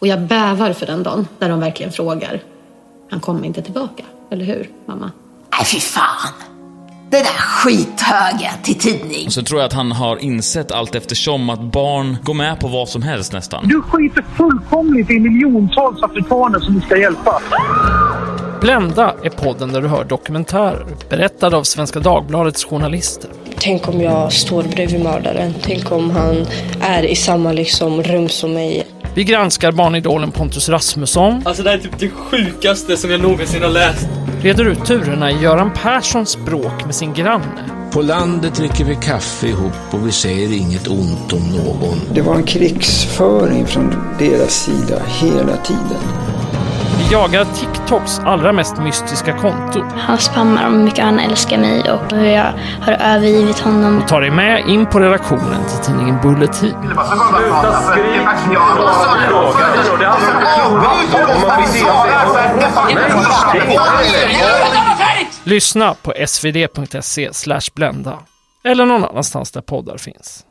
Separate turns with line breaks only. Och jag bävar för den dagen när de verkligen frågar. Han kommer inte tillbaka, eller hur mamma?
Nej, fy fan. Det där skithöga till tidning.
Och så tror jag att han har insett allt eftersom att barn går med på vad som helst nästan.
Du skiter fullkomligt i miljontals afrikaner som du ska hjälpa.
Blända är podden där du hör dokumentärer berättade av Svenska Dagbladets journalister.
Tänk om jag står bredvid mördaren. Tänk om han är i samma liksom, rum som mig.
Vi granskar barnidolen Pontus Rasmusson,
Alltså det här är typ det sjukaste som jag någonsin har läst.
reder ut turerna i Göran Perssons bråk med sin granne.
På landet dricker vi kaffe ihop och vi säger inget ont om någon.
Det var en krigsföring från deras sida hela tiden.
Vi jagar TikToks allra mest mystiska konto
Han spammar om hur mycket han älskar mig och hur jag har övergivit honom.
och tar dig med in på redaktionen till tidningen Bulletin.
Sluta skrik!
Lyssna på svd.se blända eller någon annanstans där poddar finns.